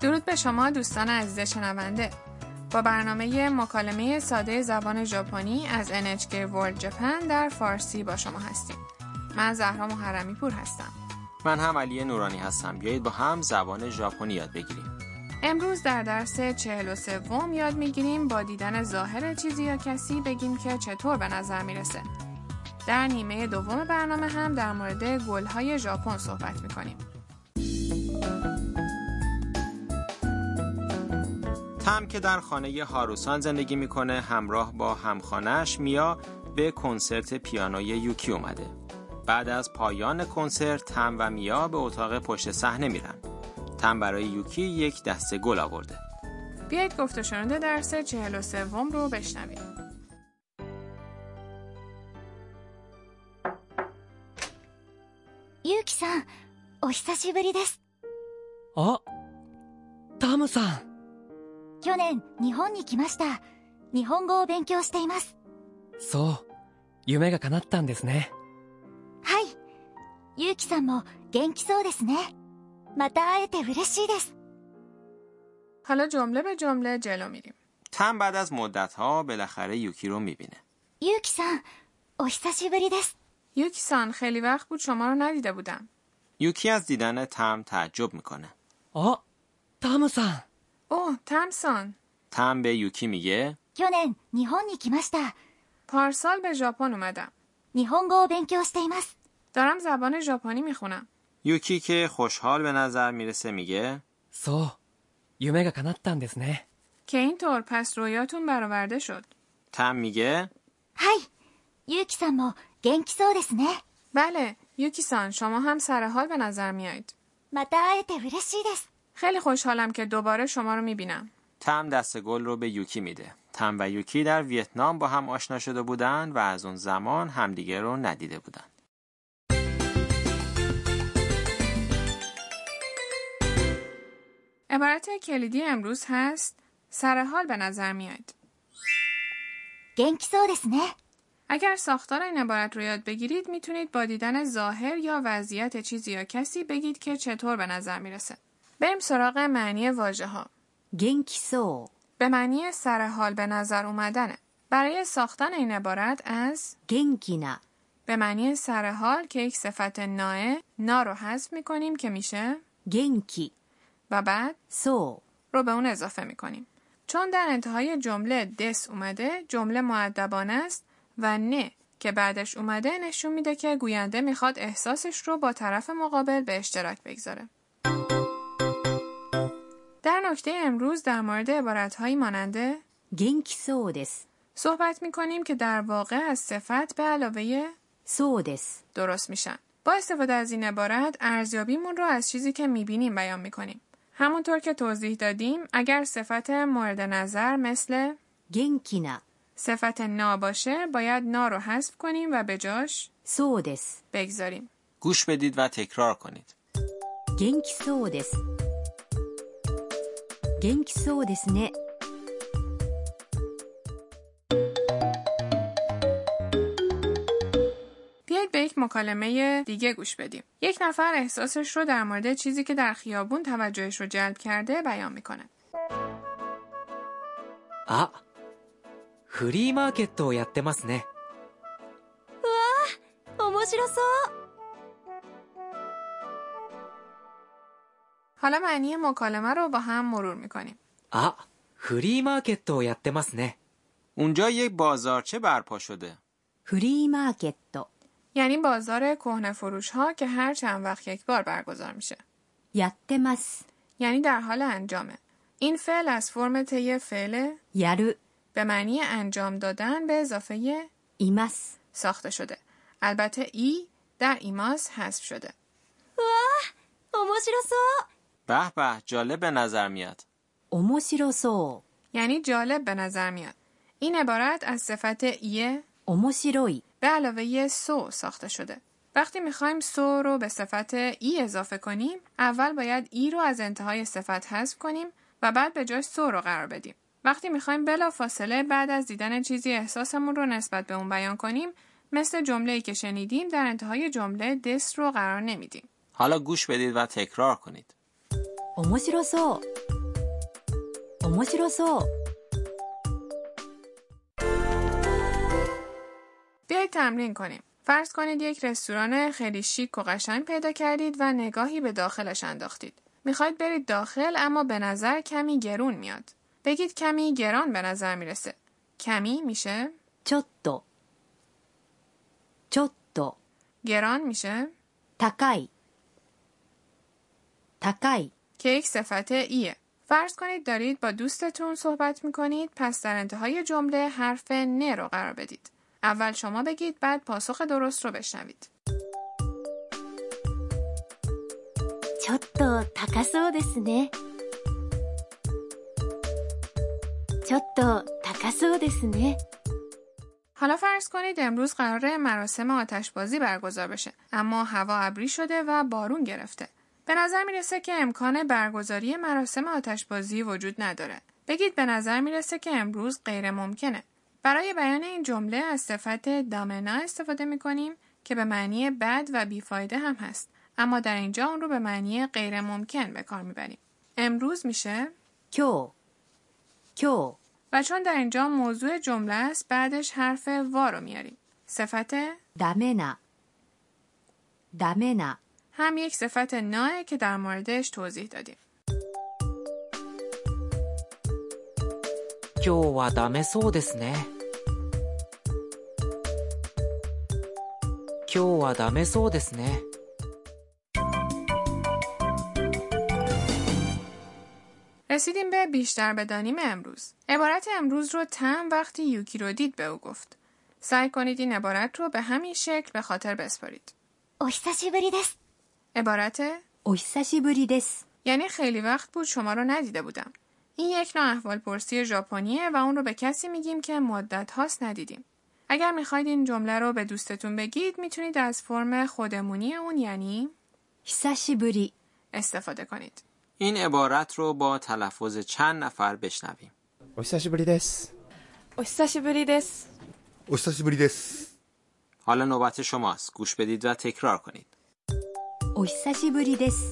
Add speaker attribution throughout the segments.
Speaker 1: درود به شما دوستان عزیز شنونده با برنامه مکالمه ساده زبان ژاپنی از NHK World Japan در فارسی با شما هستیم من زهرا محرمی پور هستم
Speaker 2: من هم علی نورانی هستم بیایید با هم زبان ژاپنی یاد بگیریم
Speaker 1: امروز در درس 43 وم یاد میگیریم با دیدن ظاهر چیزی یا کسی بگیم که چطور به نظر میرسه در نیمه دوم برنامه هم در مورد گلهای ژاپن صحبت میکنیم
Speaker 2: تم که در خانه هاروسان زندگی میکنه همراه با همخانهش میا به کنسرت پیانوی یوکی اومده بعد از پایان کنسرت تم و میا به اتاق پشت صحنه میرن تم برای یوکی یک دسته گل آورده
Speaker 1: بیایید گفت و شنود درس 43 وم رو بشنویم
Speaker 3: ゆうきさん、お久しぶりです。
Speaker 4: あタムさん
Speaker 3: 去年、日本に来ました。日本語を勉強しています。
Speaker 4: そう夢が叶ったんですね
Speaker 3: はい。ゆうきさんも元気そうですね。また会えて嬉しいです。
Speaker 1: حالا جمله به جمله جلو میریم
Speaker 2: تم بعد از مدتها بالاخره یوکی رو میبینه
Speaker 3: ゆうきさん、お久しぶりです。
Speaker 1: یوکیسان خیلی وقت بود شما رو ندیده بودم
Speaker 2: یوکی از دیدن تم تعجب میکنه
Speaker 4: あタムさん
Speaker 1: اوه تمسان
Speaker 2: تم به یوکی میگه
Speaker 3: 去年、日本に来ました。
Speaker 1: پارسال به ژاپن اومدم
Speaker 3: 日本語を勉強しています。
Speaker 1: دارم زبان ژاپنی میخونم
Speaker 2: یوکی که خوشحال به نظر میرسه میگه
Speaker 4: そう夢が叶ったんですね
Speaker 1: که اینطور پس رویاتون برآورده شد
Speaker 2: تم میگه
Speaker 3: はい。ゆうきさんも元気そうですね。
Speaker 1: بله یوکیسان شما هم سر حال به نظر میایید
Speaker 3: また会えて嬉しいです。
Speaker 1: خیلی خوشحالم که دوباره شما رو میبینم
Speaker 2: تم دست گل رو به یوکی میده. تم و یوکی در ویتنام با هم آشنا شده بودن و از اون زمان همدیگه رو ندیده بودن.
Speaker 1: عبارت کلیدی امروز هست سر حال به نظر میاد
Speaker 3: 元気そうですね。
Speaker 1: اگر ساختار این عبارت رو یاد بگیرید میتونید با دیدن ظاهر یا وضعیت چیزی یا کسی بگید که چطور به نظر میرسه بریم سراغ معنی واژه ها
Speaker 5: 元気そ
Speaker 1: به معنی سر حال به نظر اومدنه برای ساختن این عبارت از
Speaker 5: う。元気な。
Speaker 1: به معنی سر حال که یک صفت ناه نا رو حذف میکنیم که میشه
Speaker 5: 元気。
Speaker 1: و بعد
Speaker 5: そ
Speaker 1: رو به اون اضافه میکنیم چون در انتهای جمله دس اومده جمله معدبانه است و نه که بعدش اومده نشون میده که گوینده میخواد احساسش رو با طرف مقابل به اشتراک بگذاره در نکته امروز در مورد عبارتهایی ماننده
Speaker 5: う。元気そうです。
Speaker 1: صحبت میکنیم که در واقع از صفت به علاوه
Speaker 5: そうです。
Speaker 1: درست میشن. با استفاده از این عبارت ارزیابیمون رو از چیزی که میبینیم بیان میکنیم. همونطور که توضیح دادیم اگر صفت مورد نظر مثل
Speaker 5: 元気な。
Speaker 1: صفت نا باشه باید نا رو حذف کنیم و به جاش
Speaker 5: そうです。
Speaker 1: بگذاریم.
Speaker 2: گوش بدید و تکرار کنید.
Speaker 5: 元気そうです。元気そうですね。
Speaker 1: بیایید به یک مکالمه دیگه گوش بدیم. یک نفر احساسش رو در مورد چیزی که در خیابون توجهش رو جلب کرده بیان میکنه.
Speaker 6: あフリーマーケットをやってますね
Speaker 3: 面白そう。
Speaker 1: حالا معنی مکالمه رو با هم مرور میکنیم.
Speaker 6: あフリーマーケットをやってますね
Speaker 2: اونجا یک بازارچه برپا شده.
Speaker 5: フリーマーケット。
Speaker 1: یعنی بازار کهنه فروش ها که هر چند وقت یک بار برگزار میشه.
Speaker 5: やってます。
Speaker 1: یعنی در حال انجامه. این فعل از فرم طی فعل
Speaker 5: やる。
Speaker 1: به معنی انجام دادن به اضافه
Speaker 5: います。
Speaker 1: ساخته شده. البته ای در ایماس حذف شده.
Speaker 3: 面白そう。
Speaker 2: به به جالب به نظر میاد.
Speaker 5: 面白そ
Speaker 1: یعنی جالب به نظر میاد. این عبارت از صفت ایه
Speaker 5: う。面白い。
Speaker 1: به علاوه سو ساخته شده. وقتی میخوایم سو رو به صفت ای اضافه کنیم، اول باید ای رو از انتهای صفت حذف کنیم و بعد به جاش سو رو قرار بدیم. وقتی میخوایم بلا فاصله بعد از دیدن چیزی احساسمون رو نسبت به اون بیان کنیم، مثل جمله که شنیدیم در انتهای جمله دس رو قرار نمیدیم.
Speaker 2: حالا گوش بدید و تکرار کنید.
Speaker 5: 面白そう。面白そう
Speaker 1: بیایید تمرین کنیم. فرض کنید یک رستوران خیلی شیک و قشنگ پیدا کردید و نگاهی به داخلش انداختید. میخواید برید داخل اما به نظر کمی گرون میاد. بگید کمی گران به نظر میرسه. کمی میشه؟
Speaker 5: ちょっとちょっと
Speaker 1: گران میشه؟
Speaker 5: 高い高い
Speaker 1: که یک صفت ایه. فرض کنید دارید با دوستتون صحبت میکنید پس در انتهای جمله حرف نه رو قرار بدید. اول شما بگید بعد پاسخ درست رو بشنوید.
Speaker 3: ちょっと高そうですねちょっと高そうですね
Speaker 1: حالا فرض کنید امروز قرار مراسم آتشبازی برگزار بشه اما هوا ابری شده و بارون گرفته به نظر میرسه که امکان برگزاری مراسم آتشبازی وجود نداره بگید به نظر میرسه که امروز غیر ممکنه برای بیان این جمله از صفت دامنا استفاده میکنیم که به معنی بد و بیفایده هم هست اما در اینجا اون رو به معنی غیر ممکن به کار میبریم امروز میشه
Speaker 5: 今日今日
Speaker 1: و چون در اینجا موضوع جمله است بعدش حرف وا رو میاریم صفت
Speaker 5: ダメなダメな
Speaker 1: هم یک صفت ناه که در موردش توضیح دادیم.
Speaker 6: 今日はダメそうですね今日はダメそうですね
Speaker 1: رسیدیم به بیشتر بدانیم امروز. عبارت امروز رو تم وقتی یوکی رو دید به او گفت. سعی کنید این عبارت رو به همین شکل به خاطر بسپارید.
Speaker 3: お久しぶりです
Speaker 1: عبارت
Speaker 5: お久しぶりです
Speaker 1: یعنی خیلی وقت بود شما رو ندیده بودم. این یک نوع احوال پرسی ژاپنیه و اون رو به کسی میگیم که مدت هاست ندیدیم. اگر میخواید این جمله رو به دوستتون بگید میتونید از فرم خودمونی اون یعنی
Speaker 5: 久しぶり
Speaker 1: استفاده کنید.
Speaker 2: این عبارت رو با تلفظ چند نفر بشنویم
Speaker 7: お久しぶりです
Speaker 8: お久しぶりです
Speaker 9: お久しぶりです。
Speaker 2: حالا نوبت شماست گوش بدید و تکرار کنید
Speaker 5: お久しぶりです。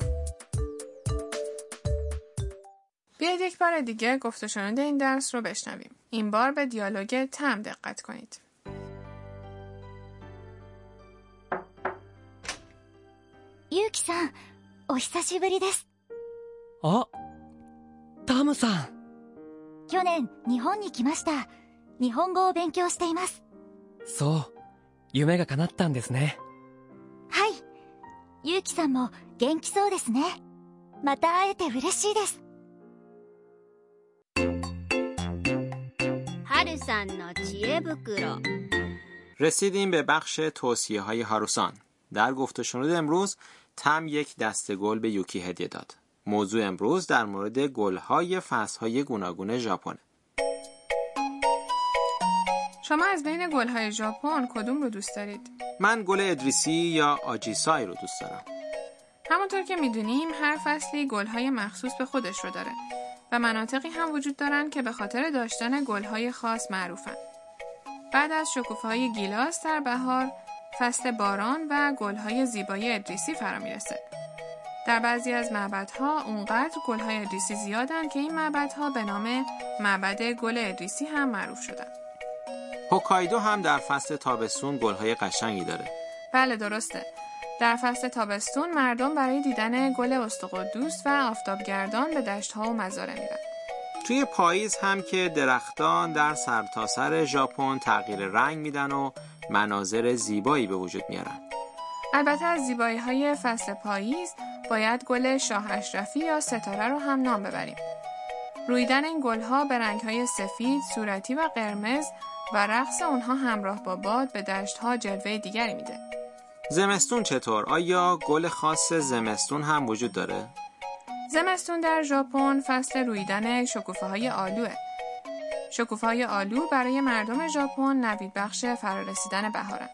Speaker 1: بیاید یک بار دیگه گفت و شنود این درس رو بشنویم. این بار به دیالوگ تم دقت کنید.
Speaker 3: ゆうきさんお久しぶりです
Speaker 4: あタムさん
Speaker 3: 去年日本に来ました日本語を勉強しています
Speaker 4: そう夢が叶ったんですね
Speaker 3: はいゆうきさんも元気そうですねまた会えて嬉しいです
Speaker 10: はるさんの知恵袋
Speaker 2: رسیدیم به بخش توصیه های هاروسان در گفت و شنود امروز تم یک دسته گل به یوکی هدیه داد موضوع امروز در مورد گل های فصل های گوناگون ژاپن
Speaker 1: شما از بین گل‌های ژاپن کدوم رو دوست دارید؟
Speaker 2: من گل ادریسی یا آجیسای رو دوست دارم
Speaker 1: همونطور که میدونیم هر فصلی گل‌های مخصوص به خودش رو داره و مناطقی هم وجود دارن که به خاطر داشتن گل‌های خاص معروفن. بعد از شکوفه‌های گیلاس در بهار، فصل باران و گل‌های زیبای ادریسی فرا میرسه. در بعضی از معبدها اونقدر گل‌های ادریسی زیادن که این معبدها به نام معبد گل ادریسی هم معروف شدن.
Speaker 2: هوکایدو هم در فصل تابستون گل های قشنگی داره
Speaker 1: بله درسته در فصل تابستون مردم برای دیدن گل استقدوس و آفتابگردان به دشتها و مزارع میرن
Speaker 2: توی پاییز هم که درختان در سرتاسر ژاپن تغییر رنگ میدن و مناظر زیبایی به وجود میارن
Speaker 1: البته از زیبایی های فصل پاییز باید گل شاه اشرفی یا ستاره رو هم نام ببریم رویدن این گل ها به رنگ های سفید، صورتی و قرمز و رقص اونها همراه با باد به دشت ها جلوه دیگری میده.
Speaker 2: زمستون چطور؟ آیا گل خاص زمستون هم وجود داره؟
Speaker 1: زمستون در ژاپن فصل رویدن شکوفه های آلوه. شکوفه های آلو برای مردم ژاپن نوید بخش فرارسیدن بهارن.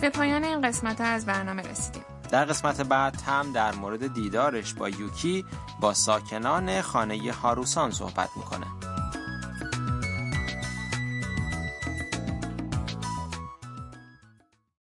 Speaker 1: به پایان این قسمت از برنامه رسیدیم.
Speaker 2: در قسمت بعد هم در مورد دیدارش با یوکی با ساکنان خانه هاروسان صحبت میکنه